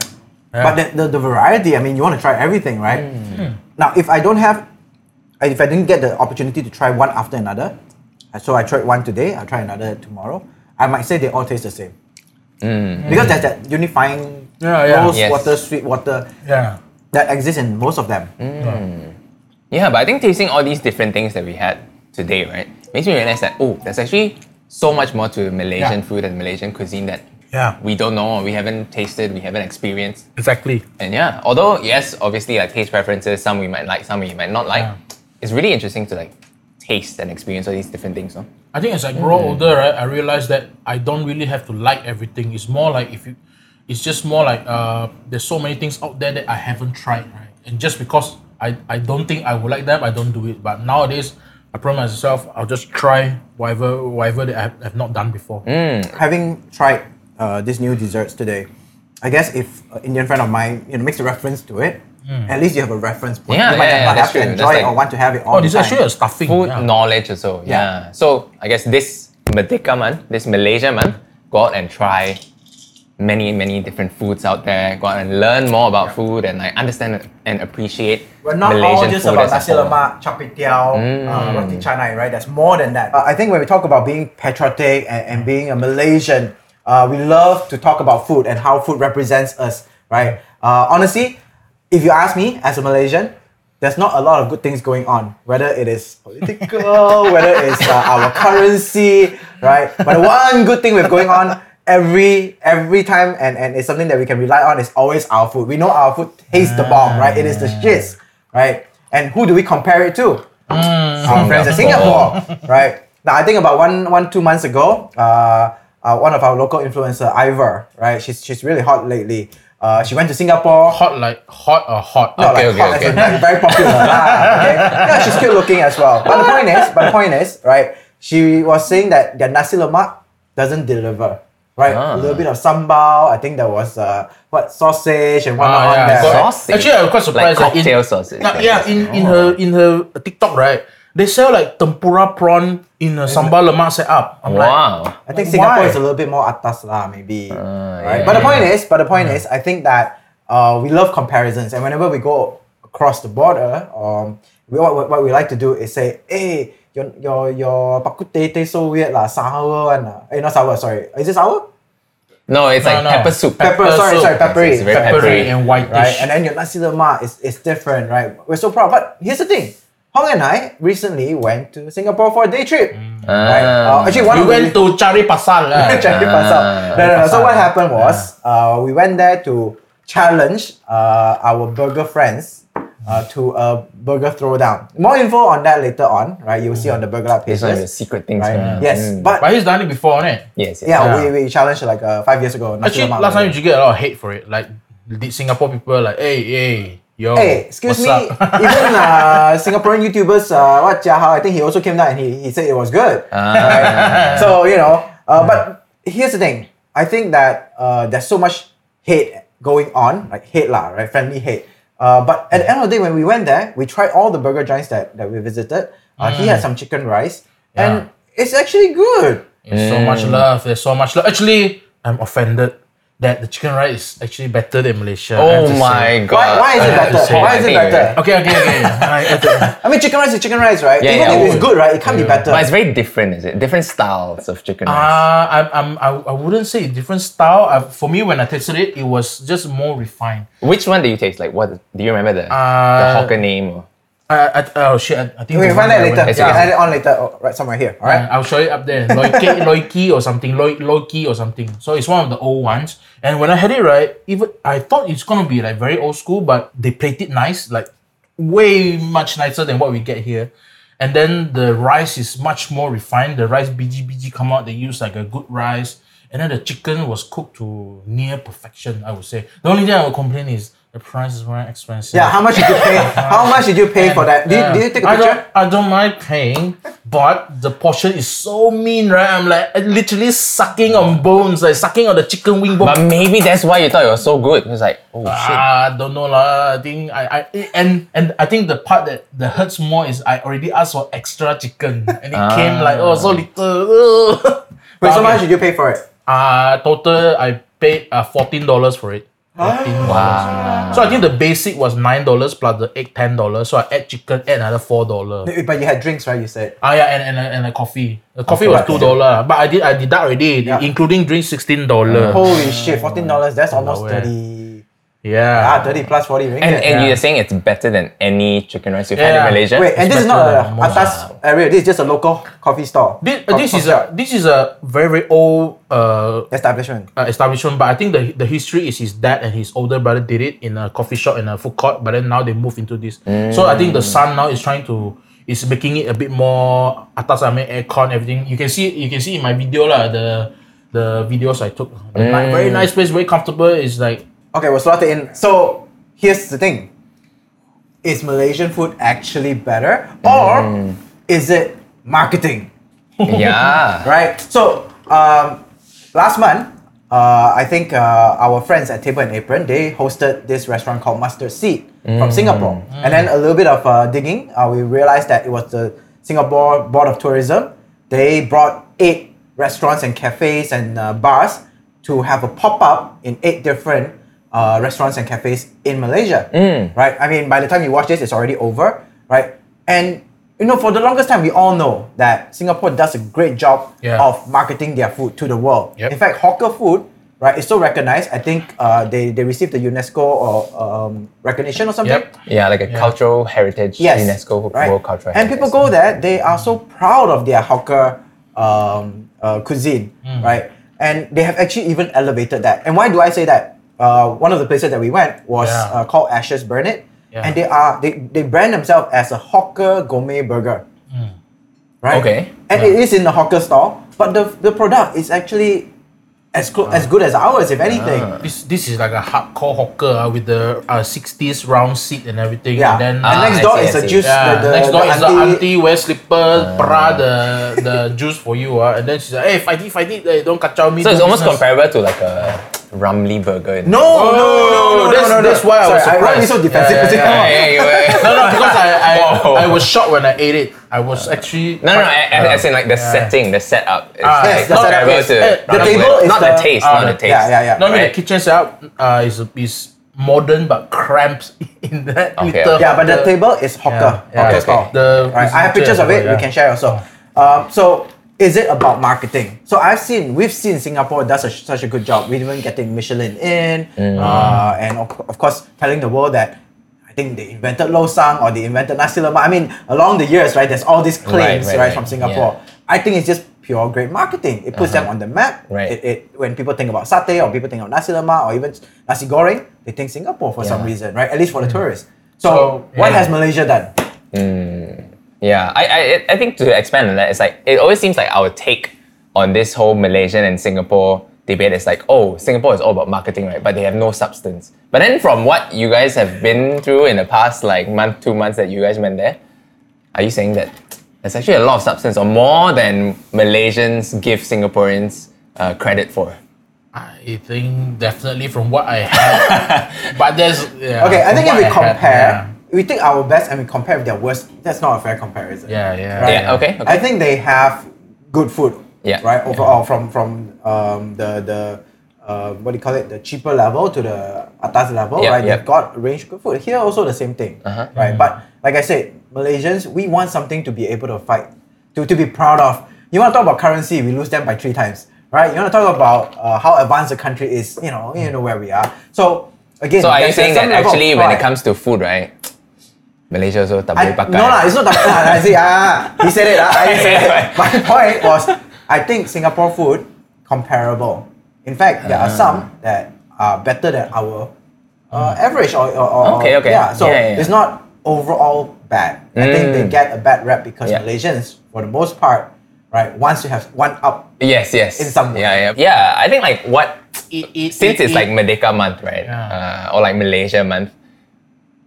B: But the, the, the variety, I mean, you want to try everything, right?
C: Mm.
B: Now, if I don't have, if I didn't get the opportunity to try one after another, so I tried one today, I'll try another tomorrow, I might say they all taste the same. Because there's that unifying
A: Yeah, yeah.
C: Mm.
B: rose
C: Ah, Yes.
B: water, sweet water
A: yeah
B: that exists in most of them.
C: Yeah, but I think tasting all these different things that we had today, right, makes me realize that, oh, there's actually so much more to Malaysian
A: Yeah.
C: food and Malaysian cuisine that
A: Yeah.
C: we don't know, we haven't tasted, we haven't experienced.
A: exactly
C: And yeah, although, yes, obviously, like taste preferences, some we might like, some we might not like,
A: Yeah.
C: it's really interesting to like taste and experience all these different things, no?
A: i think as i grow older right i realize that i don't really have to like everything it's more like if you it's just more like uh there's so many things out there that i haven't tried right and just because i i don't think i would like them i don't do it but nowadays i promise myself i'll just try whatever whatever that i have, have not done before
C: Mm.
B: having tried uh, these new desserts today, I guess if an Indian friend of mine you know makes a reference to it, at least you have a reference point.
C: Hmm. Yeah,
B: you might
C: yeah, yeah,
B: not
C: that's
B: have to
C: true.
B: enjoy
C: That's
B: it
C: like-
B: or want to have it all
A: oh
B: the
A: this is
B: time.
A: actually a stuffing
C: food
A: yeah.
C: knowledge also. Yeah.
B: Yeah.
C: So I guess this Merdeka month, this Malaysia month, go out and try many many different foods out there. Go out and learn more about food and like understand and appreciate.
B: We're not
C: Malaysian
B: all just
C: food
B: about
C: as a
B: nasi
C: whole.
B: lemak, char kway teow, uh, roti canai, right? There's more than that. Uh, I think when we talk about being patriotic and, and being a Malaysian, uh, we love to talk about food and how food represents us, right? Uh, honestly, if you ask me as a Malaysian, there's not a lot of good things going on, whether it is political, whether it's uh, our currency, right? But one good thing we're going on every every time, and, and it's something that we can rely on, is always our food. We know our food tastes the bomb, right? It is the shiz, right? And who do we compare it to?
C: Hmm.
B: Our friends in Singapore, right? Now, I think about one, one two months ago, uh, uh, one of our local influencer, Ivor, right? She's, she's really hot lately. Uh, she went to Singapore.
A: hot like hot or hot
B: No,
C: Okay,
B: like
C: okay,
B: hot as in,
C: okay.
B: like, very popular. lah, okay? Yeah, she's cute looking as well. But the point is, but the point is, right? She was saying that their nasi lemak doesn't deliver. Right,
C: Ah.
B: a little bit of sambal. I think there was uh, what sausage and whatnot
A: Ah,
B: on
A: yeah.
B: there.
A: Got
B: right?
C: Sausage.
A: Actually, I was quite surprised.
C: Like
A: that in-
C: cocktail sausage.
A: Nah, yeah, in, in her in her TikTok, right? They sell like tempura prawn in a sambal lemak setup. I'm like,
C: Wow.
B: I
A: Why?
B: think Singapore is a little bit more atas lah, maybe. right?
C: yeah,
B: uh, but the point is, but the point is, I think that uh, we love comparisons, and whenever we go cross the border, um, we, what, what we like to do is say, hey, your your your bak kut teh tastes so weird lah, sour one lah. Eh, not sour, sorry. Is it sour?
C: No, it's
A: No,
C: like
A: no.
C: pepper soup.
B: Pepper, sorry,
A: soup.
B: sorry, peppery.
C: It's very
A: Peppery
C: peppery.
A: and whitish.
B: right? And then your nasi lemak is, is different, right? We're so proud. But here's the thing. Hong and I recently went to Singapore for a day trip. Right?
C: Ah.
B: Uh, actually, one
A: we
B: of the-
A: went to Cari Pasar lah.
B: check it pass out. No, no, no. So
A: Pasar.
B: what happened was uh, we went there to challenge uh, our burger friends uh, to a burger throwdown. More info on that later on, right? You'll see on the Burger Lab
C: It's
B: pages.
C: one of the secret things.
B: right?
C: man.
B: Yes,
C: Mm.
B: but
A: But he's done it before, right?
C: yes, yes.
B: yeah, We, we challenged like uh, five years ago. nasi
A: Actually,
B: lemak
A: last time
B: burger.
A: you get a lot of hate for it. Like, did Singapore people like, hey, hey, yo,
B: Hey, excuse
A: Oh, what's
B: me.
A: Up?
B: even uh, Singaporean YouTubers, uh, what Jiahao, I think he also came down and he, he said it was good.
C: Ah.
B: so you know uh, but here's the thing i think that uh, there's so much hate going on like hate lah right friendly hate uh, but at the end of the day when we went there we tried all the burger joints that, that we visited uh, he
C: Mm.
B: had some chicken rice and it's actually good
A: There's
B: Mm.
A: so much love. There's so much love. Actually, I'm offended that the chicken rice is actually better than Malaysia. I have
C: Oh
A: to say.
C: my god.
B: why, why is
A: I
B: it
A: have to
B: better
A: say,
B: why
A: I
B: is it
C: think-
B: better
A: Okay, okay, okay. I have to-
B: i mean chicken rice is chicken rice right
C: Yeah,
B: even
C: yeah,
B: if it's
C: always.
B: good right it can't be better
C: But it's very different, is it? Different styles of chicken rice.
A: Uh, I'm, I'm, I, I wouldn't say different style. I, for me, when I tasted it, it was just more refined.
C: Which one do you taste? Like, what do you remember the,
A: Uh,
C: the hawker name? Or?
A: I, I, oh shit, I, I think the
B: we can find
A: one
B: that later
A: I went-
B: you can add it on later oh, right somewhere here all right
A: I'll show it up there. Loiki, Loiki or something. Loi- Loiki or something. So it's one of the old ones. And when I had it right, even I thought it's gonna be like very old school, but they played it nice, like way much nicer than what we get here. And then the rice is much more refined. The rice BG BG come out. They use like a good rice. And then the chicken was cooked to near perfection. I would say. The only thing I would complain is the price is very expensive.
B: yeah how much did you pay how much did you pay for that did,
A: Yeah.
B: did you take a
A: I
B: picture
A: don't, I don't mind paying, but the portion is so mean, right? I'm like I'm literally sucking on bones, like sucking on the chicken wing
C: But
A: bone.
C: maybe that's why you thought it was so good. It was like, oh shit.
A: Ah, don't know lah. I think I, I and and I think the part that that hurts more is I already asked for extra chicken and it came like oh so little.
B: wait so
A: Okay.
B: much did you pay for it
A: Uh, total I paid uh, fourteen dollars for it. $14. So I think the basic was nine dollars plus the egg ten dollars. So I add chicken, add another four dollars.
B: Wait, But you had drinks, right? You said.
A: Ah yeah, and and, a- and a coffee. The coffee was
B: Alright,
A: two dollar, but I did I did that already,
B: Yeah. Oh.
A: including drink sixteen dollar.
B: Holy shit, fourteen dollars. That's almost
A: way.
B: thirty. Ah,
A: Yeah.
B: thirty plus forty ringgit.
C: And, and
A: Yeah.
C: you're saying it's better than any chicken rice you find
A: Yeah.
C: in Malaysia?
B: Wait, and
A: It's
B: this is not
A: better
B: a
A: than most.
B: atas area. This is just a local coffee store.
A: This,
B: Co-
A: this is a
B: coffee
A: this is a very very old uh,
B: shop establishment.
A: uh, establishment, but I think the the history is his dad and his older brother did it in a coffee shop in a food court, but then now they move into this. So I think
B: Mm.
A: the son now is trying to is making it a bit more atas I mean aircon everything. You can see you can see in my video lah the the videos I took. The ni- very
B: Mm.
A: nice place, very comfortable. It's like
B: Okay, we'll slot it in. So here's the thing: Is Malaysian food actually better, or is it marketing?
C: Yeah.
B: right? So um, last month, uh, I think uh, our friends at Table and Apron they hosted this restaurant called Mustard Seed from Singapore, and then a little bit of uh, digging, uh, we realized that it was the Singapore Board of Tourism. They brought eight restaurants and cafes and uh, bars to have a pop up in eight different. Uh, restaurants and cafes in Malaysia, right? I mean, by the time you watch this, it's already over, right? And you know, for the longest time, we all know that Singapore does a great job
A: Yeah.
B: of marketing their food to the world.
A: Yep.
B: In fact, hawker food, right, is so recognized. I think uh, they, they received the UNESCO or um, recognition or something.
A: Yep.
C: Yeah, like a cultural heritage,
B: Yes.
C: UNESCO
B: right?
C: World Cultural
B: And
C: Heritage.
B: people go there, they are so proud of their hawker um, uh, cuisine, right? And they have actually even elevated that. And why do I say that? Uh, one of the places that we went was
A: Yeah.
B: uh, called Ashes Burn It.
A: Yeah.
B: And they are they, they brand themselves as a hawker gourmet burger. Right?
C: Okay.
B: And it is in the hawker store, but the, the product is actually as, clo- as good as ours, if anything.
A: This this is like a hardcore hawker ah, with the uh, 60s round seat and everything. And
B: Yeah.
A: then uh,
B: and
C: Ah,
B: next
C: I
B: door
C: see,
B: is
C: I
B: a
C: see.
B: juice.
A: yeah,
B: the, the,
A: next door
B: the
A: is the auntie wear slippers,
C: Uh.
A: bra the the juice for you. ah, and then she's like, hey, fighty, fighty, hey, don't kacau me.
C: So it's
A: do
C: almost
A: business."
C: comparable to like a Ramly burger. in-
B: No,
A: Oh,
B: no, no, no,
A: that's-
B: no, no, no.
A: that's why I was
B: Sorry, why are we
A: surprised.
B: so defensive?
A: Yeah, yeah,
C: Yeah, yeah, yeah, yeah.
A: No, no, because I I,
C: Whoa.
A: I was shocked when I ate it. I was actually uh,
C: No, no, no. a- a- As in like the setting, the setup. It's
A: Ah,
C: like
B: yes, the setup
C: comparable
B: is-
C: to
A: eh, the
C: Ramly.
B: table is
C: not
B: the-
C: taste,
A: ah,
C: not the
A: the-
C: taste.
B: yeah, yeah, yeah.
A: No, I mean
C: Right.
A: the kitchen setup uh, is is modern but cramped in that
C: Okay,
A: little.
C: okay.
B: Yeah, but the
A: the-
B: table is hawker,
A: Yeah,
C: okay,
B: hawker stall.
A: The
B: Right, I have pictures of it. We can share also. Um, so, is it about marketing? So I've seen, we've seen Singapore does a, such a good job. We even getting Michelin in, uh, and of, of course telling the world that I think they invented losang or they invented nasi lemak. I mean, along the years, right? There's all these claims,
C: Right,
B: right,
C: right,
B: from
C: right.
B: Singapore. I think it's just pure great marketing. It puts them on the map.
C: Right.
B: It, it when people think about satay or people think of nasi lemak or even nasi goreng, they think Singapore for some
C: Yeah.
B: reason, right? At least for the tourists. So,
A: Mm. So,
B: what
C: yeah.
B: has Malaysia done?
C: Yeah, I, I, I- I think to expand on that, it's like it always seems like our take on this whole Malaysian and Singapore debate is like, oh, Singapore is all about marketing, right? But they have no substance. But then from what you guys have been through in the past like month, two months that you guys went there, are you saying that there's actually a lot of substance, or more than Malaysians give Singaporeans uh, credit for?
A: I think definitely from what I have, but there's yeah,
B: Okay, I
A: from
B: think if
A: what
B: we
A: have,
B: compare,
A: yeah.
B: we take our best and we compare with their worst. That's not a fair comparison.
A: Yeah, yeah,
B: Right?
C: Yeah, okay, okay.
B: I think they have good food.
C: Yeah,
B: Right.
C: yeah.
B: Overall, from from um, the the uh, what do you call it? The cheaper level to the atas level.
C: Yeah,
B: right.
C: yeah.
B: They've got range of good food. Here also the same thing.
C: Uh-huh.
B: Right. But like I said, Malaysians, we want something to be able to fight, to to be proud of. You want to talk about currency? We lose them by three times. Right. You want to talk about uh, how advanced the country is? You know. You know where we are. So. Again,
C: So are you
B: there's- there's
C: saying
B: some
C: that
B: level of
C: actually when it
B: pride.
C: comes to food, right? Malaysia also tak
B: I,
C: boleh pakai.
B: no lah, it's not that ah, I see, ah, he said it. Ah, I didn't say it. My point was, I think Singapore food comparable. In fact, there are
C: Ah.
B: some that are better than our uh, average or, or, or
C: Hmm. Okay, okay.
B: yeah. So
C: Yeah, yeah,
B: it's not overall bad. I think they
C: Mm.
B: get a bad rep because
C: Yeah.
B: Malaysians, for the most part, right, once you have one up,
C: Yes, yes.
B: In some way.
C: Yeah, yeah. Yeah, I think like what
A: It- it-
C: since
A: it-
C: it's
A: it-
C: like Merdeka month, right?
A: Yeah.
C: Uh, or like Malaysia month.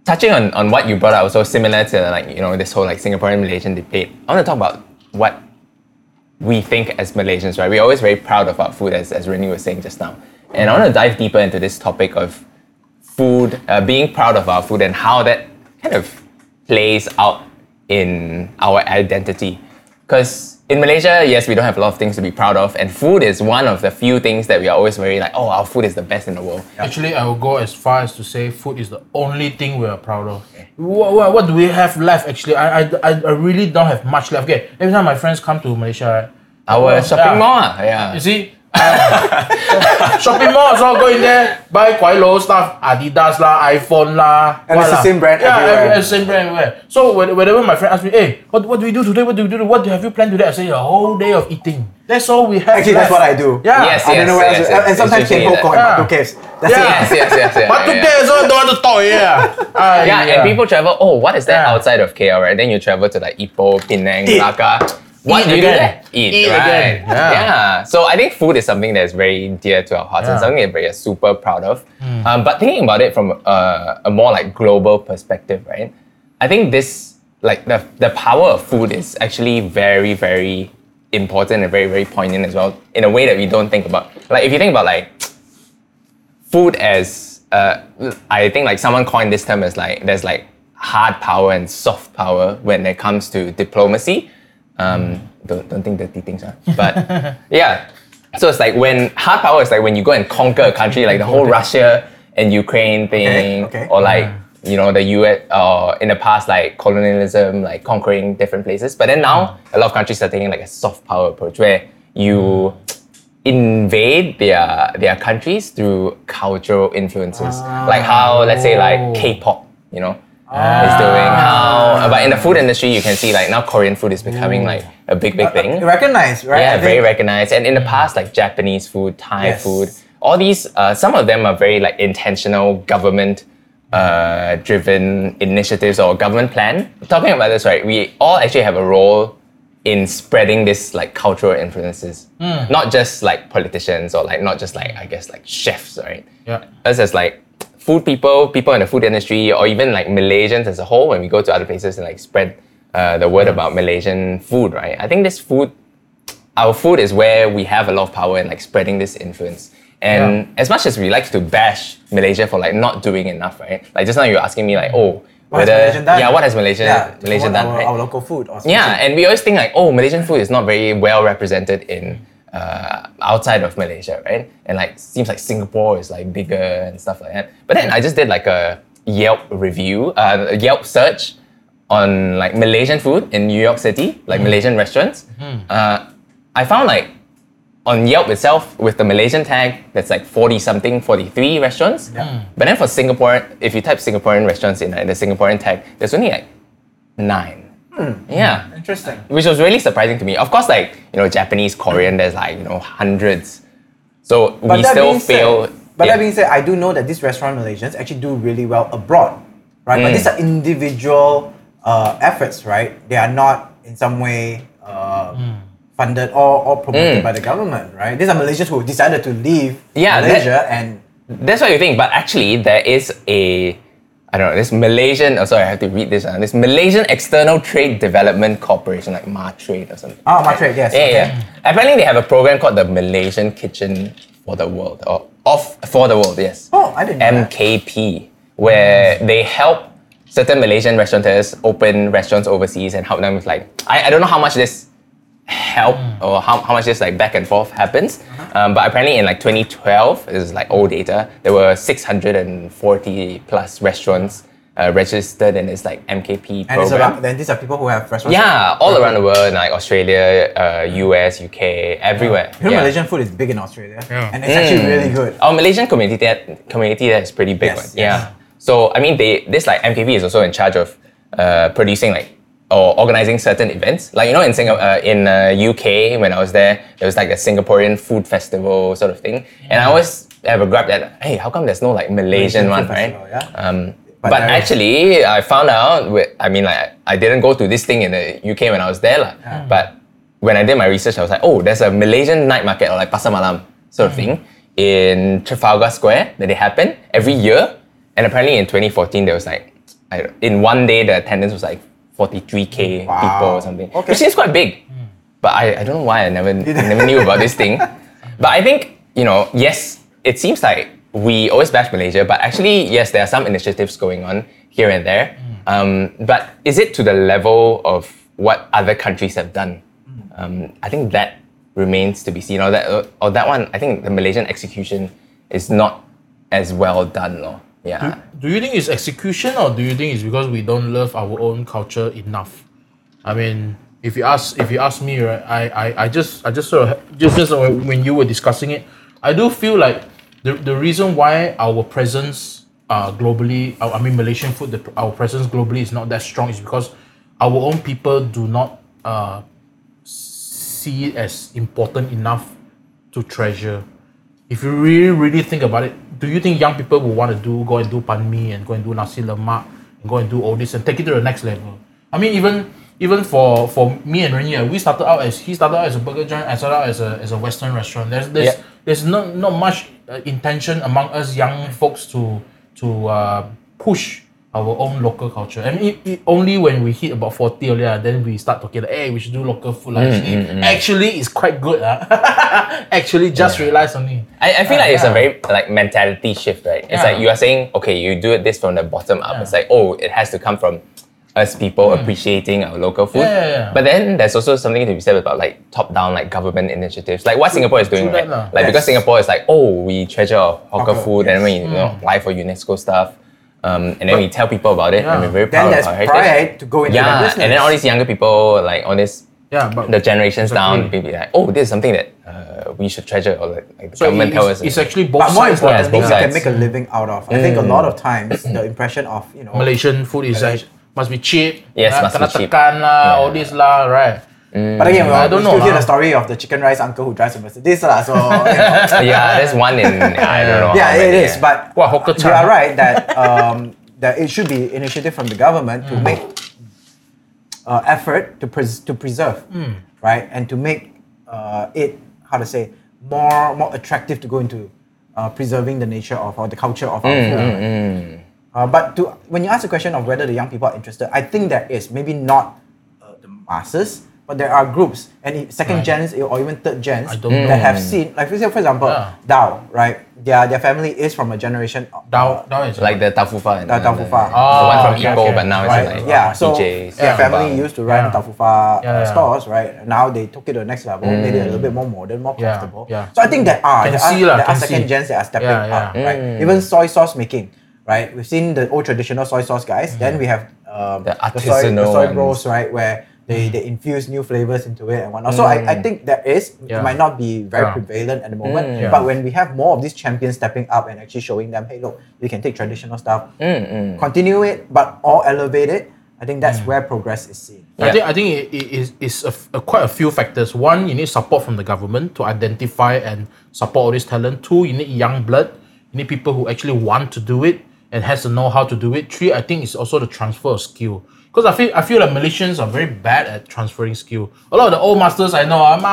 C: Touching on, on what you brought up, so similar to like you know this whole like Singaporean Malaysian debate. I want to talk about what we think as Malaysians, right? We're always very proud of our food, as as Renee was saying just now. And I want to dive deeper into this topic of food, uh, being proud of our food, and how that kind of plays out in our identity. Because in Malaysia, yes, we don't have a lot of things to be proud of, and food is one of the few things that we are always very like, oh, our food is the best in the world.
A: Actually, I will go as far as to say food is the only thing we are proud of. What, what, do we have left? Actually, I, I, I I really don't have much left. Okay, every time my friends come to Malaysia, right,
C: Our
A: well,
C: shopping
A: yeah.
C: mall, ah, yeah.
A: You see, uh, shopping mall also go in there buy quite low stuff, Adidas lah, iPhone lah.
B: And
A: what
B: it's the
A: lah.
B: same brand
A: yeah,
B: everywhere.
A: every- same brand everywhere. So when- whenever my friend asks me, hey, what, what do we do today? What do we do? What do- have you planned today? I say a whole day of eating. That's all we have.
B: actually, that's
A: left.
B: what I do.
A: Yeah.
C: Yes,
B: I don't know where
C: yes,
B: else.
C: yes,
B: and
C: yes.
B: sometimes
C: It's usually
B: can go and
A: that.
B: yeah. two caves. That's
A: Yeah.
B: it.
C: yes, yes, yes, yeah.
A: But
C: yeah, yeah.
A: today also don't want to talk. Yeah. Ah,
C: Yeah, and people travel. Oh, what is that
A: Yeah.
C: outside of KL, right? Then you travel to like Ipoh, Penang,
A: Eat.
C: Melaka. What
A: Eat
C: do you
A: again.
C: do there? Eat,
A: Eat
C: right?
A: again, yeah.
C: So I think food is something that's very dear to our hearts
A: Yeah.
C: and
A: Hmm.
C: something that we are super proud of. Um, but thinking about it from uh, a more like global perspective, right? I think this like the the power of food is actually very very important and very very poignant as well in a way that we don't think about. Like if you think about like food as uh, I think like someone coined this term as like there's like hard power and soft power when it comes to diplomacy.
B: Mm.
C: Um, don't, don't think dirty things are, but yeah. So it's like when hard power is like when you go and conquer a country, like the whole Russia and Ukraine thing,
B: okay. Mm.
C: or like you know the U.S. or in the past like colonialism, like conquering different places. But then now a
B: Mm.
C: lot of countries are taking like a soft power approach where you invade their their countries through cultural influences, like how let's say like
B: Oh.
C: K-pop, you know, is doing.
B: Ah.
C: How but in the food industry, you can see like now Korean food is becoming
B: Mm.
C: like a big big thing.
B: Recognize, right? I
C: Yeah,
B: think-
C: very recognized. And in the past, like Japanese food, Thai
B: Yes.
C: food, all these, uh, some of them are very like intentional government uh, driven initiatives or government plan. Talking about this, right? We all actually have a role in spreading this like cultural influences,
B: Hmm.
C: not just like politicians or like not just like I guess like chefs, right?
A: Yeah.
C: us as like food people, people in the food industry, or even like Malaysians as a whole, when we go to other places and like spread uh, the word about Malaysian food, right? I think this food, our food is where we have a lot of power in like spreading this influence. And as much as we like to bash Malaysia for like not doing enough, right? Like just now you were asking me like, oh,
B: What has Malaysian done?
C: yeah, what has Malaysia
B: yeah, to
C: Malaysia
B: promote
C: done?
B: our,
C: right?
B: our local food. Or something.
C: Yeah, and we always think like, oh, Malaysian food is not very well represented in uh, outside of Malaysia, right? And like seems like Singapore is like bigger and stuff like that. But then I just did like a Yelp review, uh, a Yelp search on like Malaysian food in New York City, like Malaysian restaurants. Uh, I found like on Yelp itself with the Malaysian tag, that's like 40 something, 43 restaurants. Mm. But then for Singapore, if you type Singaporean restaurants in like, the Singaporean tag, there's only like nine. Yeah
B: Interesting.
C: which was really surprising to me. Of course, like you know, Japanese, Korean, there's like you know hundreds. So we
B: that
C: still
B: being said-
C: fail.
B: but
C: yeah.
B: that being said, I do know that these restaurant Malaysians actually do really well abroad, right? But these
C: Mm.
B: are individual uh, efforts, right? They are not in some way uh, funded or, or promoted
C: Mm.
B: by the government, right? These are Malaysians who decided to leave
C: Yeah, that-
B: Malaysia and
C: that's what you think. But actually, there is a I don't know this Malaysian. Oh, sorry, I have to read this. Uh, this Malaysian External Trade Development Corporation, like Martrade or something.
B: Ah, Martrade, yes,
C: Yeah,
B: okay.
C: yeah. Apparently, they have a program called the Malaysian Kitchen for the World or Off for the World. Yes.
B: oh, I didn't know. that.
C: MKP, where they help certain Malaysian restaurateurs open restaurants overseas and help them with like I, I don't know how much this help
B: Mm.
C: or how, how much this like back and forth happens.
B: Uh-huh.
C: Um, but apparently in like 2012 is like old data, there were 640 plus restaurants uh, registered in this like MKP
B: And it's
C: program.
B: about, then these are people who have restaurants.
C: yeah, all around the world, like Australia, uh, US, UK, everywhere.
B: You
C: Yeah.
B: know,
C: Mm.
B: Malaysian food is big in Australia,
A: Yeah.
B: and it's actually really good.
C: Our Malaysian community that community there is pretty big,
B: Yes,
C: one.
B: yes.
C: Yeah. So I mean, they this like MKP is also in charge of uh, producing like or organizing certain events. Like you know, in Singapore, uh, in uh, UK, when I was there, there was like a Singaporean food festival sort of thing, and I always have a grab that hey, how come there's no like Malaysian,
B: Malaysian
C: one,
B: food
C: right?
B: festival, yeah.
C: Um,
B: But
C: but
B: there is-
C: actually, I found out. with- I mean, like I didn't go to this thing in the UK when I was there, lah. But when I did my research, I was like, oh, there's a Malaysian night market or like pasar malam sort of thing in Trafalgar Square that they happen every year. And apparently, in 2014, there was like, I, in one day, the attendance was like 43k
B: Wow.
C: people or something,
B: Okay.
C: which seems quite big. But I, I don't know why I never I never knew about this thing. But I think, you know, yes, it seems like we always bash Malaysia, but actually, yes, there are some initiatives going on here and there. Um, but is it to the level of what other countries have done? Um, I think that remains to be seen. Or that, or that one, I think the Malaysian execution is not as well done. lor. Yeah.
A: Do you think it's execution or do you think it's because we don't love our own culture enough? I mean, if you ask if you ask me, right, I, I, I just I just sort of just just when when you were discussing it, I do feel like the, the reason why our presence uh globally, I I mean Malaysian food, the, our presence globally is not that strong is because our own people do not uh see it as important enough to treasure. If you really, really think about it, do you think young people will want to do go and do pan mi and go and do nasi lemak and go and do all this and take it to the next level? I mean, even even for for me and Renia, we started out as he started out as a burger joint, I started out as a as a Western restaurant. There's there's
C: Yeah.
A: there's not not much uh, intention among us young folks to to uh, push our own local culture. I mean, it, it- only when we hit about forty or yeah, then we start talking. Like, hey, we should do local food. lah. actually, actually, it's quite good. ah. actually, just realize only.
C: I, I feel
A: Yeah,
C: like it's a
A: yeah.
C: very like mentality shift, right? It's
A: Uh-huh. Yeah.
C: like you are saying, okay, you do it this from the bottom up.
A: Yeah. Mm.
C: It's like, oh, it has to come from us people appreciating our local food.
A: Yeah, yeah, yeah.
C: But then there's also something to be said about like top down like government initiatives. Like what Singapore is doing,
A: true that
C: right?
A: lah.
C: Like because
B: Yes.
C: Singapore is like, oh, we treasure our hawker,
B: Hawker,
C: food and
B: yes.
C: when you, you know,
A: Mm.
C: apply for UNESCO stuff. Um, and then we tell people about it
A: Yeah.
C: and we're very
B: Then
C: proud
B: there's
C: of our heritage.
B: pride to go into that
C: yeah,
B: business.
C: and then all these younger people, like all these
A: Yeah, but
C: the generations down,
A: Exactly.
C: people like, oh, this is something that uh, we should treasure or like, like the
A: so
C: government
A: it,
C: tells
A: it's,
C: us.
A: it's actually both
B: But more
A: sides. Mm. lah.
C: Yes,
B: importantly,
C: both
B: you can
C: sides.
B: make a living out of. I think a lot of times the impression of you know
A: Malaysian food is like, must be cheap.
C: Yes,
A: ah,
C: must
A: kena
C: be cheap.
A: tekan lah,
C: Yeah.
A: all this lah, right?
B: But again, well,
A: I don't
B: we
A: know
B: still hear
A: lah.
B: the story of the chicken rice uncle who drives a Mercedes lah. So you know.
C: yeah, there's one in I don't know.
B: yeah,
C: how
B: it
C: many, uh,
B: is. But
A: Wah, hawker
B: you
A: chan.
B: are right that um, that it should be initiative from the government
A: Mm.
B: to make uh, effort to pres- to preserve,
A: Mm.
B: right, and to make uh, it how to say more more attractive to go into uh, preserving the nature of or the culture of our
A: Mm,
B: food. Uh, but to when you ask the question of whether the young people are interested, I think that is maybe not uh, the masses, but there are groups and i- second gens or even third gens
A: I
B: that
A: don't know.
B: have seen like for example, for example
A: Yeah.
B: Dao right their their family is from a generation
A: Down, down is
C: Like the Tafufa. and
B: The
C: the-
B: Tafufa.
C: the one from
A: Oh, okay,
C: Ipoh,
A: okay.
C: but now it's
B: right
C: like uh,
B: yeah so
C: DJs.
B: their family
C: Bang.
B: used to run
A: Yeah.
B: Tafufa
A: Yeah,
B: uh,
A: yeah.
B: stores right now they took it to the next level made it a little bit more modern more
A: Yeah,
B: comfortable
A: yeah.
B: so I think there are
A: Can
B: there are,
A: see lah,
B: there are
A: can
B: second
A: see.
B: gens that are stepping
A: Yeah, yeah.
B: up right
C: Mm.
B: even soy sauce making right we've seen the old traditional soy sauce guys
A: Mm.
B: then we have um,
C: The
B: soy, the
C: artisanal
B: soy
C: ones.
B: bros right where they, they infuse new flavors into it and whatnot. So I,
C: Mm.
B: I think there is,
A: Yeah.
B: it might not be very
A: Yeah.
B: prevalent at the moment,
A: Yeah.
B: but when we have more of these champions stepping up and actually showing them, hey, look, we can take traditional stuff, continue it, but all elevate it, I think that's where progress is seen.
A: I
C: Yeah.
A: think I think it, it is it's a, f- a quite a few factors. One, you need support from the government to identify and support all this talent. Two, you need young blood. You need people who actually want to do it and has to know how to do it. Three, I think it's also the transfer of skill. Because I feel I feel like Malaysians are very bad at transferring skill. A lot of the old masters I know, I'm,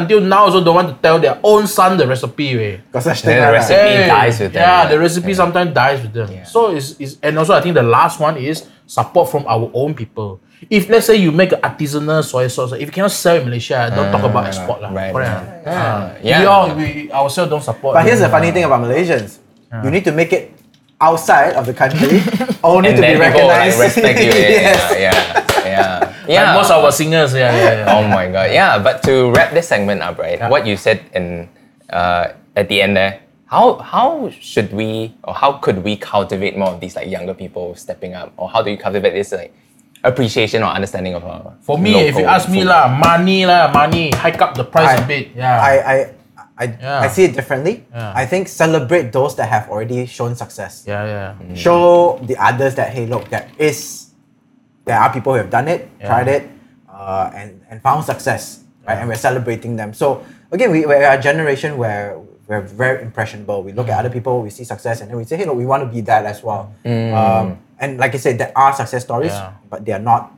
A: until now also don't want to tell their own son the recipe. eh.
B: Got such
C: Then
B: thing.
C: the
B: lah,
C: recipe
B: right?
C: dies with them.
A: Yeah, the
C: right?
A: recipe sometimes dies with them. So is is and also I think the last one is support from our own people. If let's say you make an artisanal soy sauce, if you cannot sell in Malaysia, don't talk about export lah.
C: Ah, right,
A: Correct.
C: right.
A: ah.
C: Yeah.
A: We all we ourselves don't support.
B: But here's the funny thing about Malaysians you need to make it outside of the country only
C: And
B: to be
C: then people will, like
B: recognized.
C: respect you. Yeah,
B: Yes.
C: yeah, yeah, yeah.
A: yeah.
C: yeah.
A: most of our singers, yeah, yeah, yeah.
C: Oh my god. Yeah, but to wrap this segment up, right? What you said in uh, at the end there, how how should we or how could we cultivate more of these like younger people stepping up, or how do you cultivate this like appreciation or understanding of our
A: For me, if you
C: local
A: ask me
C: food?
A: lah, money lah, money, hike up the price a bit. Yeah.
B: I, I, I, I
A: Yeah.
B: see it differently.
A: Yeah.
B: I think celebrate those that have already shown success.
A: yeah, yeah.
B: Show the others that hey, look, there is, there are people who have done it,
A: Yeah.
B: tried it, uh, and and found success, right? And we're celebrating them. So again, we we're a generation where we're very impressionable. We look at other people, we see success, and then we say, hey, look, we want to be that as well. Um, and like I said, there are success stories,
A: Mm. Yeah.
B: but they are not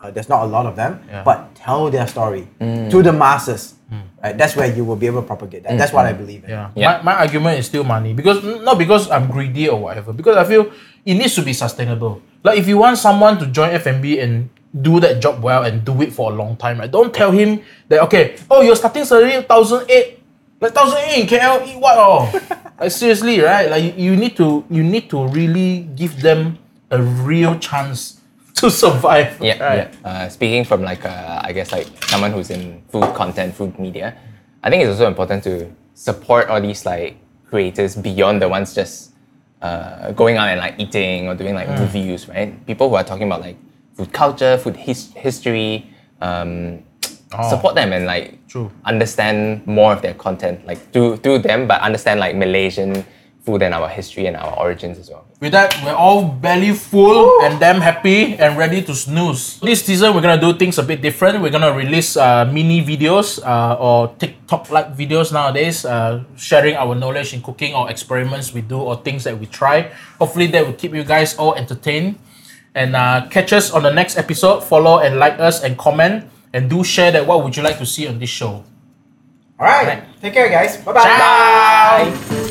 B: uh, there's not a lot of them,
A: Yeah. Mm.
B: but tell their story to the masses. Right? That's where you will be able to propagate that. That's what I believe in.
A: Yeah.
C: Yeah.
A: My, my argument is still money because not because I'm greedy or whatever. Because I feel it needs to be sustainable. Like if you want someone to join FMB and do that job well and do it for a long time, right? Don't tell him that okay, oh your starting salary thousand eight, like thousand eight in KL, eat what oh? like seriously, right? Like you, you need to you need to really give them a real chance to survive.
C: Yeah,
A: right?
C: yeah. Uh, speaking from like uh, I guess like someone who's in food content, food media, I think it's also important to support all these like creators beyond the ones just uh, going out and like eating or doing like
A: Mm.
C: reviews, right? People who are talking about like food culture, food his- history, um, support them and like
A: Oh. True.
C: understand more of their content, like through through them, but understand like Malaysian food and our history and our origins as well.
A: With that, we're all belly full and damn happy and ready to snooze. This season, we're gonna do things a bit different. We're gonna release uh, mini videos uh, or TikTok like videos nowadays, uh, sharing our knowledge in cooking or experiments we do or things that we try. Hopefully, that will keep you guys all entertained. And uh, catch us on the next episode. Follow and like us and comment and do share that. What would you like to see on this show?
B: All right. Take care, guys. Bye-bye.
A: Bye.